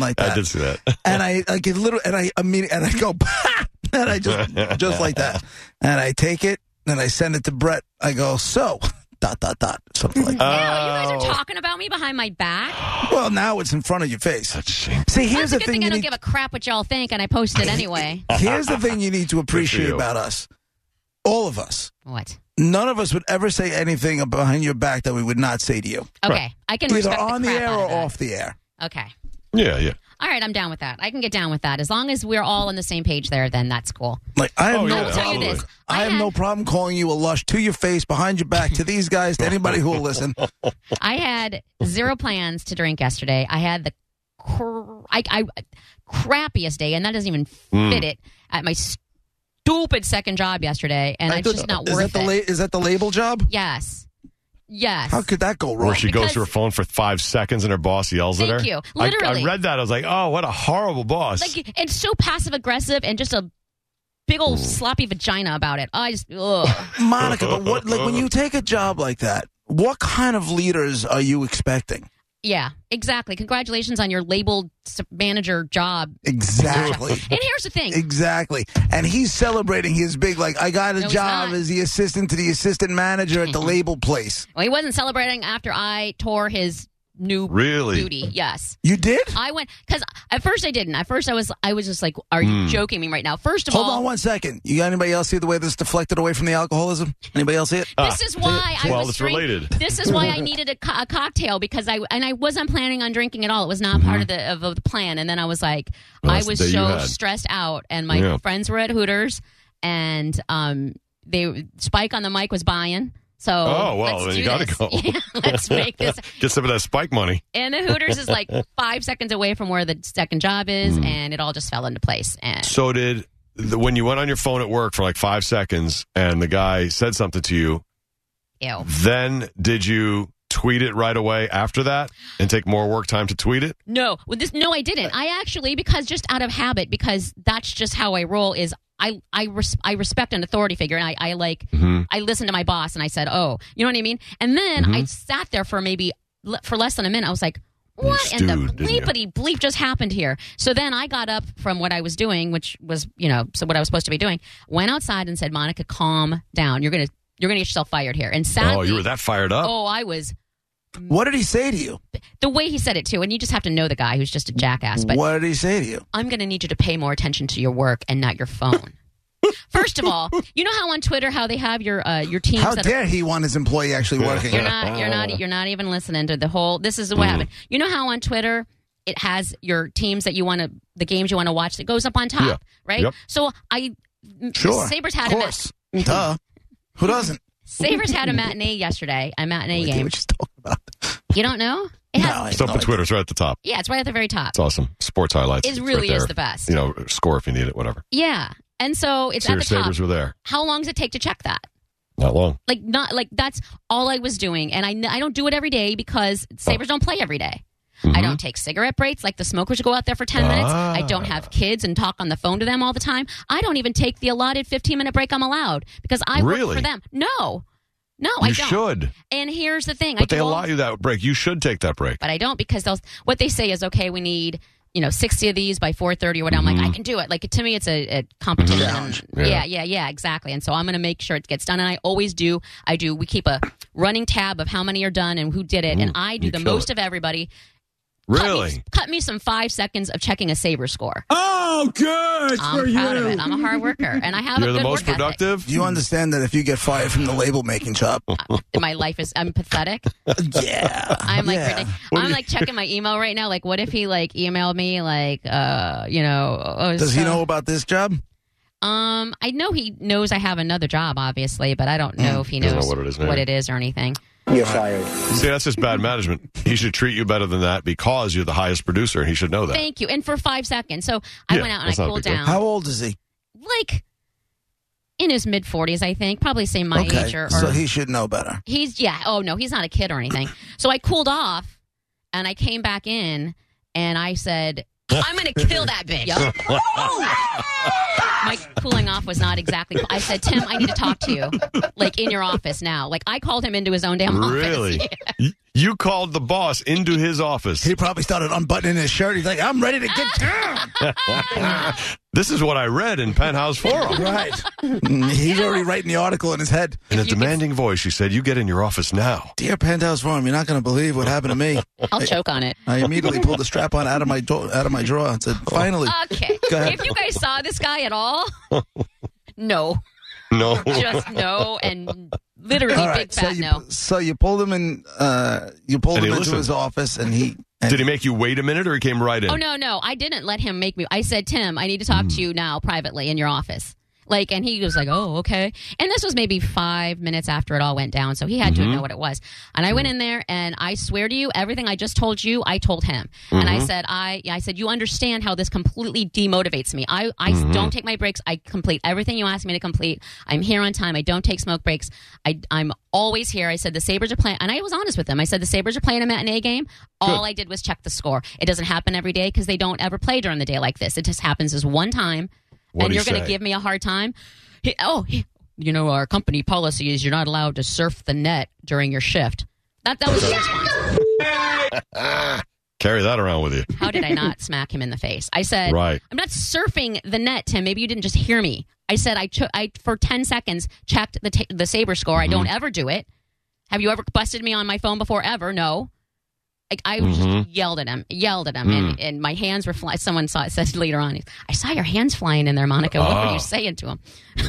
like I that. did see that. and I like it literally, and I immediately, and I go, and I just, just like that. And I take it and I send it to Brett. I go, so, dot, dot, dot, something like that. Now you guys Oh. are talking about me behind my back. Well, now it's in front of your face. Oh. That's shame. See, That's here's a the good thing thing I you don't need, give a crap what y'all think, and I post it anyway. here's the thing you need to appreciate you. about us. All of us. What? None of us would ever say anything behind your back that we would not say to you, Okay, I can either respect on the, the, air crap out or of that. off the air. Okay. Yeah, yeah. All right, I'm down with that. I can get down with that. As long as we're all on the same page there, then that's cool. Like I have Oh, no yeah, I'll tell problem. you this. I have had, no problem calling you a lush to your face, behind your back, to these guys, to anybody who will listen. I had zero plans to drink yesterday. I had the cr- I, I, crappiest day, and that doesn't even Hmm. fit it at my stupid second job yesterday, and it's just not is worth that the it. la- is that the label job? yes. Yes. How could that go wrong? Where she goes Because- to her phone for five seconds and her boss yells at her. Thank you. I- I, Literally. read that. I was like, oh, what a horrible boss. like and so passive aggressive and just a big old sloppy vagina about it. I just ugh. Monica, but what like when you take a job like that, what kind of leaders are you expecting? yeah, exactly. Congratulations on your labeled s- manager job. Exactly. And here's the thing. Exactly. And he's celebrating his big like I got a No, he's job not. as the assistant to the assistant manager at the label place. Well, he wasn't celebrating after I tore his new Really? booty. Yes. You did? I went because at first I didn't. At first I was I was just like, "Are you joking me right now?" First of Hold all, on one second. You got anybody else see the way this deflected away from the alcoholism? Anybody else see it? this is why I Uh, well, was it's drink- related. This is why I needed a, co- a cocktail because I and I wasn't planning on drinking at all. It was not part of the of, the plan. And then I was like, Mm-hmm. Well, I that's the was day you so had. stressed out, and my Yeah. friends were at Hooters, and um, they Spike on the mic was buying. So Oh, well, then let's do you gotta this. go. Yeah, let's make this. Get some of that spike money. And the Hooters is like five seconds away from where the second job is, Hmm. and it all just fell into place. And So did the, when you went on your phone at work for like five seconds and the guy said something to you, ew. then did you tweet it right away after that and take more work time to tweet it? No, well, this no, I didn't. I actually because just out of habit, because that's just how I roll. Is I I res- I respect an authority figure, and I I like Mm-hmm. I listened to my boss, and I said, oh, you know what I mean. And then Mm-hmm. I sat there for maybe le- for less than a minute. I was like. What in the stewed, didn't you? bleepity bleep just happened here? So then I got up from what I was doing, which was you know, so what I was supposed to be doing. Went outside and said, "Monica, calm down. You're gonna you're gonna get yourself fired here." And sadly, oh, you were that fired up. oh, I was What did he say to you? the way he said it too. And you just have to know the guy who's just a jackass. But What did he say to you? I'm going to need you to pay more attention to your work and not your phone. First of all, you know how on Twitter how they have your uh, your teams How that dare he want his employee actually working? are, you're not you're not you're not even listening to the whole. This is what Mm-hmm. happened. You know how on Twitter it has your teams that you want to the games you want to watch that goes up on top, Yeah. right? Yep. So I Sure. Sabers of had a ma- course. Duh. Who doesn't? Sabers had a matinee yesterday, a matinee Idea game. What you talking about? You don't know? It No, I has, have It's up no on idea. Twitter. It's right at the top. yeah, it's right at the very top. It's awesome. Sports highlights. It It's really right is there. the best. You know, score if you need it, whatever. Yeah, and so it's so your at the top. sabers were there. How long does it take to check that? Not long. like not like that's all I was doing, and I kn- I don't do it every day because Sabers don't play every day. Mm-hmm. I don't take cigarette breaks like the smokers go out there for ten minutes. I don't Ah. have kids and talk on the phone to them all the time. I don't even take the allotted fifteen minute break I'm allowed because I Really? work for them. No, no, I you don't. should. And here's the thing, I But they do all- allow you that break. You should take that break. but I don't because they'll what they say is okay. We need you know sixty of these by four thirty or whatever. Mm-hmm. I'm like I can do it. Like to me, it's a, a competition. Challenge. Yeah. Yeah. yeah, yeah, exactly. And so I'm going to make sure it gets done. And I always do. I do. We keep a running tab of how many are done and who did it. and I do you the kill most it. of everybody. Cut Really? me, cut me some five seconds of checking a saber score. Oh, good I'm proud of it. I'm a hard worker, and I have You're a the good most work ethic. productive. Do you understand that if you get fired from the label making job? My life is. I'm pathetic. yeah. I'm like Yeah. ridic- What do I'm you- like checking my email right now. Like, what if he like emailed me like, uh, you know, oh, Does he so- know about this job? Um, I know he knows I have another job, obviously, but I don't know if he Hmm. Doesn't know knows what it is, maybe. or anything. You're fired. See, that's just bad management. He should treat you better than that because you're the highest producer. He should know that. Thank you. And for five seconds. So I Yeah, went out and I that's not a cooled big deal. down. How old is he? like in his mid 40s, I think. Probably same my age or, or so he should know better. he's yeah, oh no, he's not a kid or anything. so I cooled off and I came back in and I said, I'm going to kill that bitch. Yup. my cooling off was not exactly. I said, Tim, I need to talk to you, like in your office now. Like I called him into his own damn office. Really? Y- You called the boss into his office. He probably started unbuttoning his shirt. He's like, I'm ready to get down. this is what I read in Penthouse Forum. right. Mm, He's already writing the article in his head. In a demanding voice, she said, You get in your office now. Dear Penthouse Forum, you're not going to believe what happened to me. I'll choke on it. I immediately pulled the strap on out of my do- out of my drawer and said, "Finally, Okay. Go ahead. If you guys saw this guy at all, no, No. just no, and literally all big right." So fat you, no. so you pulled him in. Uh, you pulled And him he into listened. his office, and he. And Did he make you wait a minute or he came right in? Oh no, no, I didn't let him make me. I said, Tim, I need to talk to you now privately in your office. Like, and he was like, "Oh, okay." And this was maybe five minutes after it all went down, so he had to know what it was. And I went in there, and I swear to you, everything I just told you, I told him. And I said, "I, I said, you understand how this completely demotivates me. I, I don't take my breaks. I complete everything you ask me to complete. I'm here on time. I don't take smoke breaks. I, I'm always here." I said, "The Sabers are playing," and I was honest with him. I said, "The Sabers are playing a matinee game. All I did was check the score. It doesn't happen every day because they don't ever play during the day like this. It just happens as one time." What'd and he you're going say? to give me a hard time. He, oh, he, you know, our company policy is you're not allowed to surf the net during your shift. That, that was his response. Carry that around with you. How did I not smack him in the face? I said, Right. I'm not surfing the net, Tim. Maybe you didn't just hear me. I said, I, cho- I for 10 seconds checked the, ta the Sabre score. I Mm-hmm. don't ever do it. Have you ever busted me on my phone before? Ever? No. Like I Mm-hmm. just yelled at him, yelled at him, Mm. and, and my hands were flying. Someone saw it says later on, I saw your hands flying in there, Monica. What Ah. were you saying to him?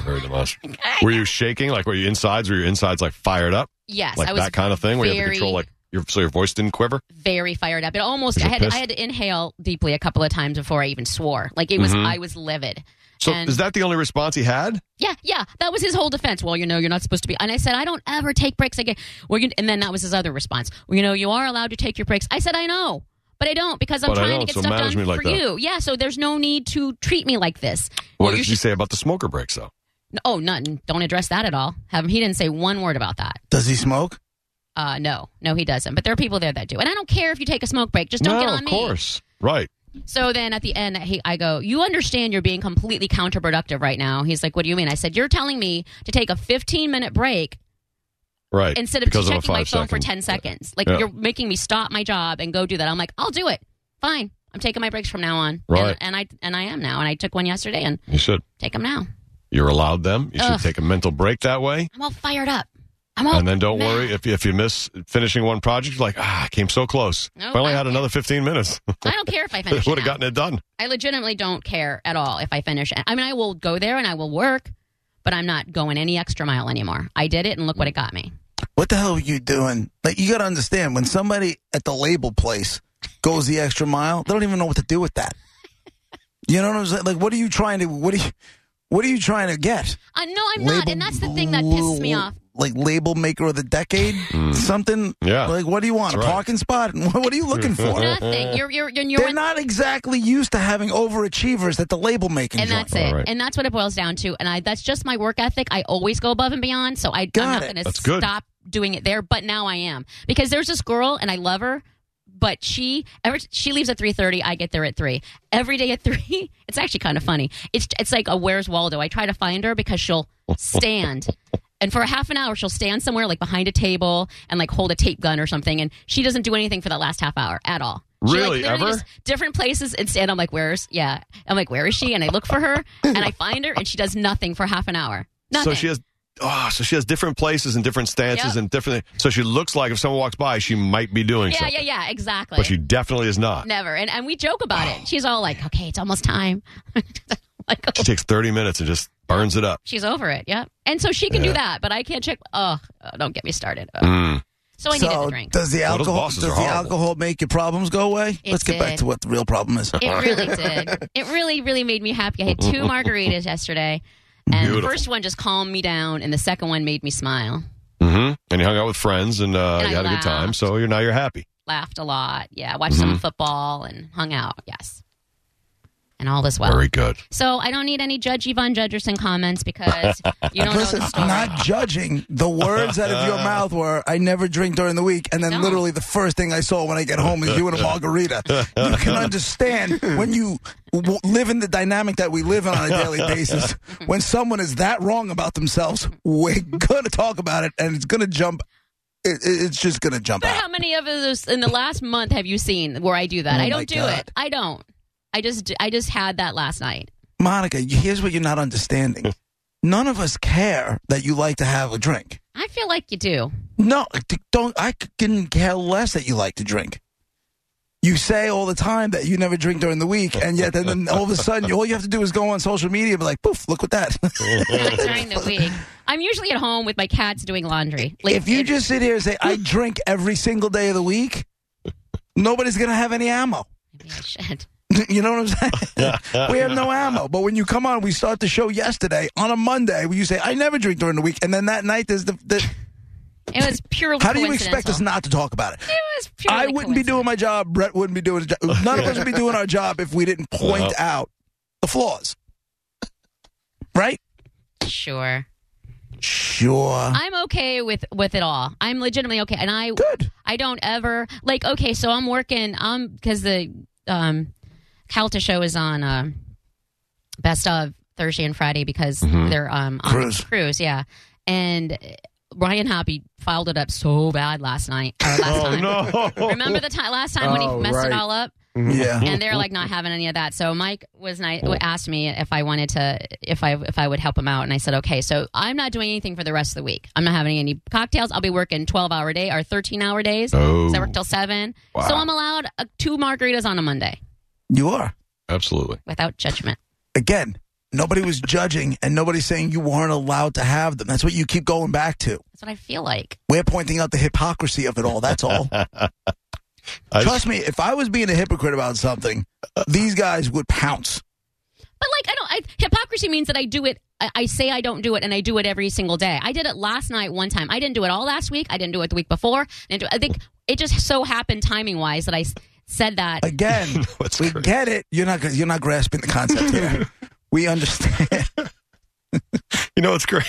Very demonstrative. Were you shaking? Like, were your insides? Were your insides like fired up? Yes, Like I was that kind of thing? Where you had to control, very- like, your, so your voice didn't quiver? very fired up. It almost Was I it had pissed? I had to inhale deeply a couple of times before I even swore. Like it was I was livid. Mm-hmm. So And- is that the only response he had? Yeah, yeah, that was his whole defense. Well, you know, you're not supposed to be. And I said, I don't ever take breaks again. Well, you, and then that was his other response. Well, you know, you are allowed to take your breaks. I said, I know, but I don't because I'm But I trying don't, to get so stuff manage done me like for that. you. Yeah, so there's no need to treat me like this. What Well, did you you say about the smoker breaks, though? should- oh, nothing. Don't address that at all. Have him. He didn't say one word about that. does he smoke? Uh, no, no, he doesn't. But there are people there that do, and I don't care if you take a smoke break. Just don't no, get on of me. course. Right. So then at the end, he, I go, You understand you're being completely counterproductive right now. He's like, What do you mean? I said, You're telling me to take a 15 minute break Right. instead of because a checking my phone for five-second- 10 seconds. Like, Yeah. you're making me stop my job and go do that. I'm like, I'll do it. Fine. I'm taking my breaks from now on. Right. And, and I and I am now. And I took one yesterday and You should. take them now. You're allowed them. You should Ugh. Oh, take a mental break that way. I'm all fired up. I'm all and then don't mad. worry if, if you miss finishing one project, you're like, ah, I came so close. No, if I only I- had another 15 minutes, I don't care if I I finish. would it have now. gotten it done. I legitimately don't care at all if I finish. I mean, I will go there and I will work, but I'm not going any extra mile anymore. I did it and look what it got me. What the hell are you doing? Like you got to understand when somebody at the label place goes the extra mile, they don't even know what to do with that. You know what I'm saying? Like, what are you trying to? What are you? What are you trying to get? Uh, no, I'm not, and that's the thing that pisses me off. Like label maker of the decade, something. Mm. Yeah. Like, what do you want? That's a right. parking spot? What are you looking for? Nothing. You're you're you're, you're They're not exactly used to having overachievers at the label making. and joint. that's it. All right. And that's what it boils down to. And I that's just my work ethic. I always go above and beyond. So I, Got I'm not it. going to That's good. stop doing it there. But now I am because there's this girl, and I love her. But she ever she leaves at three thirty. I get there at three every day at three. It's actually kind of funny. It's it's like a Where's Waldo. I try to find her because she'll stand. And for a half an hour, she'll stand somewhere like behind a table and like hold a tape gun or something. And she doesn't do anything for that last half hour at all. She, like, Really? literally Ever? just different places and stand. I'm like, where's yeah? I'm like, where is she? And I look for her and I find her and she does nothing for half an hour. Nothing. So she has. Oh, so she has different places and different stances Yep. and different. So she looks like if someone walks by, she might be doing yeah, something, yeah, yeah, exactly. but she definitely is not. Never. And and we joke about it. She's all like, okay, it's almost time. like, oh, She takes thirty minutes and just burns it up. she's over it. Yeah. And so she can Yeah. do that, but I can't check. Oh, oh, don't get me started. Oh. Mm. So I needed So a drink. does the Well, those alcohol bosses does are the horrible. alcohol make your problems go away? It Let's get back did. to what the real problem is. It really did. It really, really made me happy. I had two margaritas yesterday, and Beautiful. the first one just calmed me down, and the second one made me smile. hmm And you hung out with friends and, uh, And I you had a good time. laughed. So you're now you're happy. Laughed a lot. Yeah. Watched some football and hung out. Yes. And all is well. Very good. So I don't need any Judge Yvonne Judgerson comments because you don't Listen, know the story. I'm not judging. The words out of your mouth were, I never drink during the week. And then No. literally the first thing I saw when I get home is you and a margarita. You can understand when you w- live in the dynamic that we live in on a daily basis. When someone is that wrong about themselves, we're going to talk about it and it's going to jump. It, it- it's just going to jump But out. how many of those in the last month have you seen where I do that? Oh, I my don't do God. it. I don't. I just I just had that last night. Monica, you- here's what you're not understanding. None of us care that you like to have a drink. I feel like you do. No, d- don't. I couldn't care less that you like to drink. You say all the time that you never drink during the week, and yet then, then all of a sudden, all you have to do is go on social media and be like, poof, look what that. Not during the week. I'm usually at home with my cats doing laundry. Like, if you it- just sit here and say, I drink every single day of the week, nobody's going to have any ammo. maybe I should. You know what I'm saying? we have no ammo. But when you come on, we start the show yesterday on a Monday where you say, I never drink during the week. And then that night, there's the. the It was purely. how do you expect us coincidental. not to talk about it? It was purely. I wouldn't be doing my job. Brett wouldn't be doing his job. None of us would be doing our job if we didn't point Well. out the flaws. Right? coincidental. Sure. Sure. I'm okay with with it all. I'm legitimately okay, and I Good. I don't ever like. Okay, so I'm working. Um, because the um, Calta show is on um, best of Thursday and Friday because they're um on Mm-hmm. Cruise. cruise, yeah. And Ryan Hoppy filed it up so bad last night. Or last Oh, time. no. Remember the time last time when Oh, he messed right. it all up? Yeah. and they're like not having any of that. So Mike was nice, asked me if I wanted to, if I if I would help him out, and I said okay. So I'm not doing anything for the rest of the week. I'm not having any cocktails. I'll be working 12 hour day or 13 hour days. Oh. So I work till seven. So I'm allowed uh, two margaritas on a Monday You are. Absolutely. without judgment. Again, nobody was judging and nobody's saying you weren't allowed to have them. That's what you keep going back to. That's what I feel like. We're pointing out the hypocrisy of it all. That's all. I Trust me, if I was being a hypocrite about something, these guys would pounce. But like I don't. I, hypocrisy means that I do it. I, I say I don't do it, and I do it every single day. I did it last night one time. I didn't do it all last week. I didn't do it the week before. I, didn't do, I think it just so happened timing wise that I s- said that. Again, That's we great. get it. You're not you're not grasping the concept here. we understand. You know, it's great.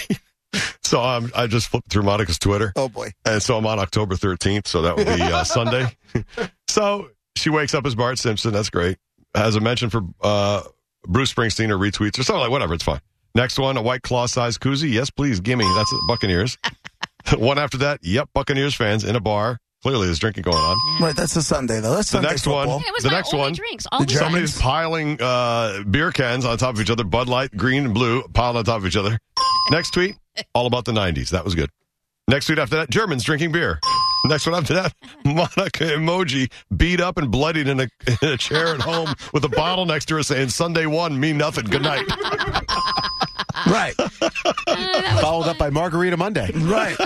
So um, I just flipped through Monica's Twitter. Oh boy. And so I'm on October 13th. So that will be uh, Sunday. So she wakes up as Bart Simpson. That's great. Has a mention for uh, Bruce Springsteen or retweets or something like whatever. It's fine. Next one, a white claw size koozie. Yes, please. Gimme. That's Buccaneers. one after that, yep, Buccaneers fans in a bar. Clearly there's drinking going on. Right, that's a Sunday though. That's The Sunday next one. football. it was The my next only one, drinks all the time. Somebody's piling uh, beer cans on top of each other, Bud Light, green and blue, piled on top of each other. Next tweet, all about the 90s. That was good. Next tweet after that, Germans drinking beer. Next one after that, Monica emoji beat up and bloodied in a, in a chair at home with a bottle next to her saying, Sunday one, mean nothing, good night. Right, Uh, that was Followed up by Margarita Monday, right,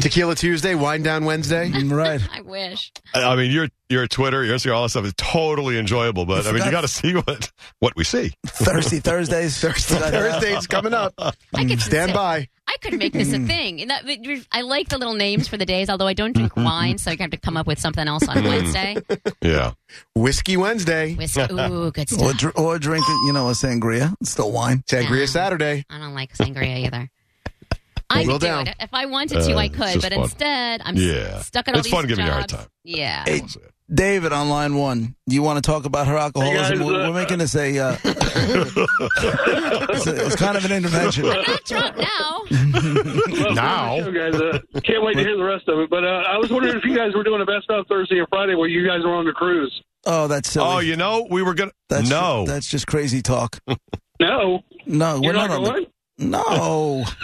Tequila Tuesday, Wine Down Wednesday. right. I wish. I I mean, your, your Twitter, your Instagram, all that stuff is totally enjoyable, but I mean, you forgot- got to see what, what we see. Thirsty Thursdays. Thirsty Thursday's coming up. I Mm. could Stand sit- by. I could make this a thing. And that- I like the little names for the days, although I don't drink wine, so I have to come up with something else Mm. on Wednesday. Yeah. Whiskey Wednesday, Whiskey, ooh, good Or, stuff. dr- or drinking, you know, a sangria. It's still wine. Sangria Yeah. Saturday. I don't like sangria either. I Well could do down. it if I wanted to. Uh, I it's could, just but fun. instead, I'm Yeah. s- stuck at all It's these fun giving you a hard jobs. time. Yeah. Hey, David on line one. You want to talk about her alcoholism? Hey, guys, we're, uh, we're making this a. Uh, it's, a- it's kind of an intervention. Not drunk now. Well, Now. good show, guys, uh, can't wait to hear the rest of it. But uh, I was wondering if you guys were doing a best of Thursday or Friday where you guys were on the cruise. Oh, that's silly. Oh, you know, we were going to. that's No. that's just crazy talk. No, No, we're you're not not on. going. The, no,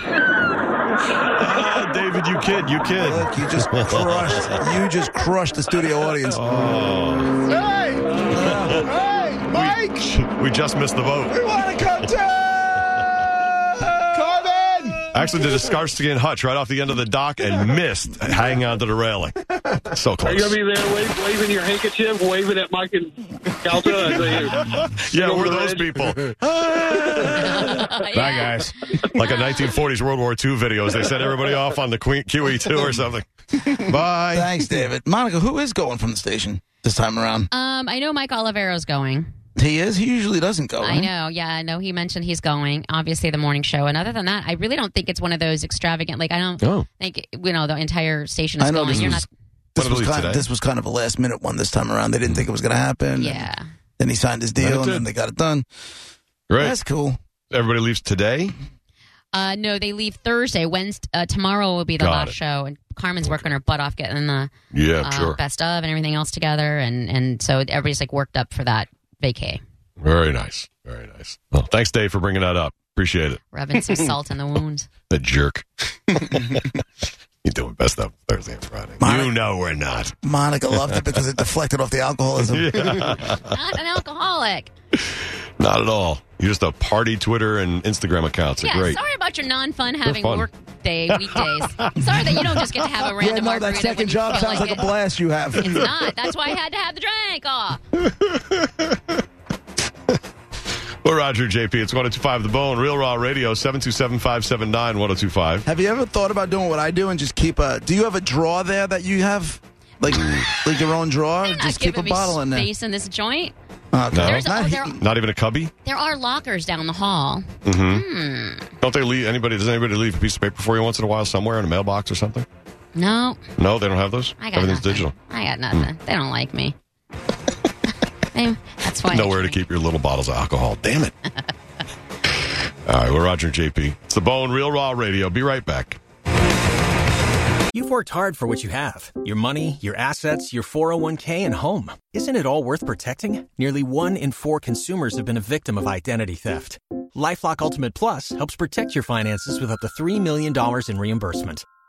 Ah, David, you kid, you kid. look, you just crushed. You just crushed the studio audience. Oh, Hey, Uh, hey, Mike, we just missed the vote. want to come down. Carmen. Actually, did a Skarsky and Hutch right off the end of the dock and missed hanging onto the railing. So Are you close. gonna be there wave, waving your handkerchief, waving at Mike and Calta? I tell you. Yeah, Over we're the those edge. people. Yeah. Bye, guys. Like a 1940s World War II videos. They sent everybody off on the Queen- QE2 or something. Bye. Thanks, David. Monica, who is going from the station this time around? Um, I know Mike Olivero's going. He is. He usually doesn't go. I right? know. Yeah, I know. He mentioned he's going. Obviously, the morning show. And other than that, I really don't think it's one of those extravagant. Like I don't Oh. think you know the entire station is I know going. this You're was- not. This What was, about kind of, today? this was kind of a last minute one this time around. They didn't think it was going to happen. Yeah. Then he signed his deal, and did. then they got it done. Right. That's cool. Everybody leaves today. Uh, no, they leave Thursday. Wednesday, uh, tomorrow will be the Got last it. show, and Carmen's working her butt off getting the Yeah, uh, best of and everything else together, and and so everybody's like worked up for that vacay, Very nice. Very nice. Well, thanks, Dave, for bringing that up. Appreciate it. rubbing some salt in the wound. The jerk. You're doing best up Thursday and Friday. Mine- You know we're not. Monica loved it because it deflected off the alcoholism. Not an alcoholic. Not at all. You're just a party Twitter and Instagram accounts. Are yeah, great. sorry about your non-fun having fun. work day weekdays. sorry that you don't just get to have a Yeah, random no, margarita that second when you job feel sounds like like a it. blast you have. It's not. That's why I had to have the drink. Oh. We're Roger and JP. It's 1025 The Bone, Real Raw Radio, 727 579 1025. Have you ever thought about doing what I do and just keep a? Do you have a drawer there that you have, like like your own drawer? You're not Just keep a giving me bottle in there. space in this joint. Okay. No. There's- oh, he- there- Not even a cubby? There are lockers down the hall. Don't they leave anybody? Does anybody leave a piece of paper for you once in a while somewhere in a mailbox or something? No, No, they don't have those? I got Everything's nothing. digital. Hmm. I got nothing. They don't like me. They- That's why. I Nowhere to drink. keep your little bottles of alcohol. Damn it. All right, we're Roger and JP. It's The Bone, Real Raw Radio. Be right back. You've worked hard for what you have your money, your assets, your 401k, and home. Isn't it all worth protecting? Nearly one in four consumers have been a victim of identity theft. Lifelock Ultimate Plus helps protect your finances with up to $3 million in reimbursement.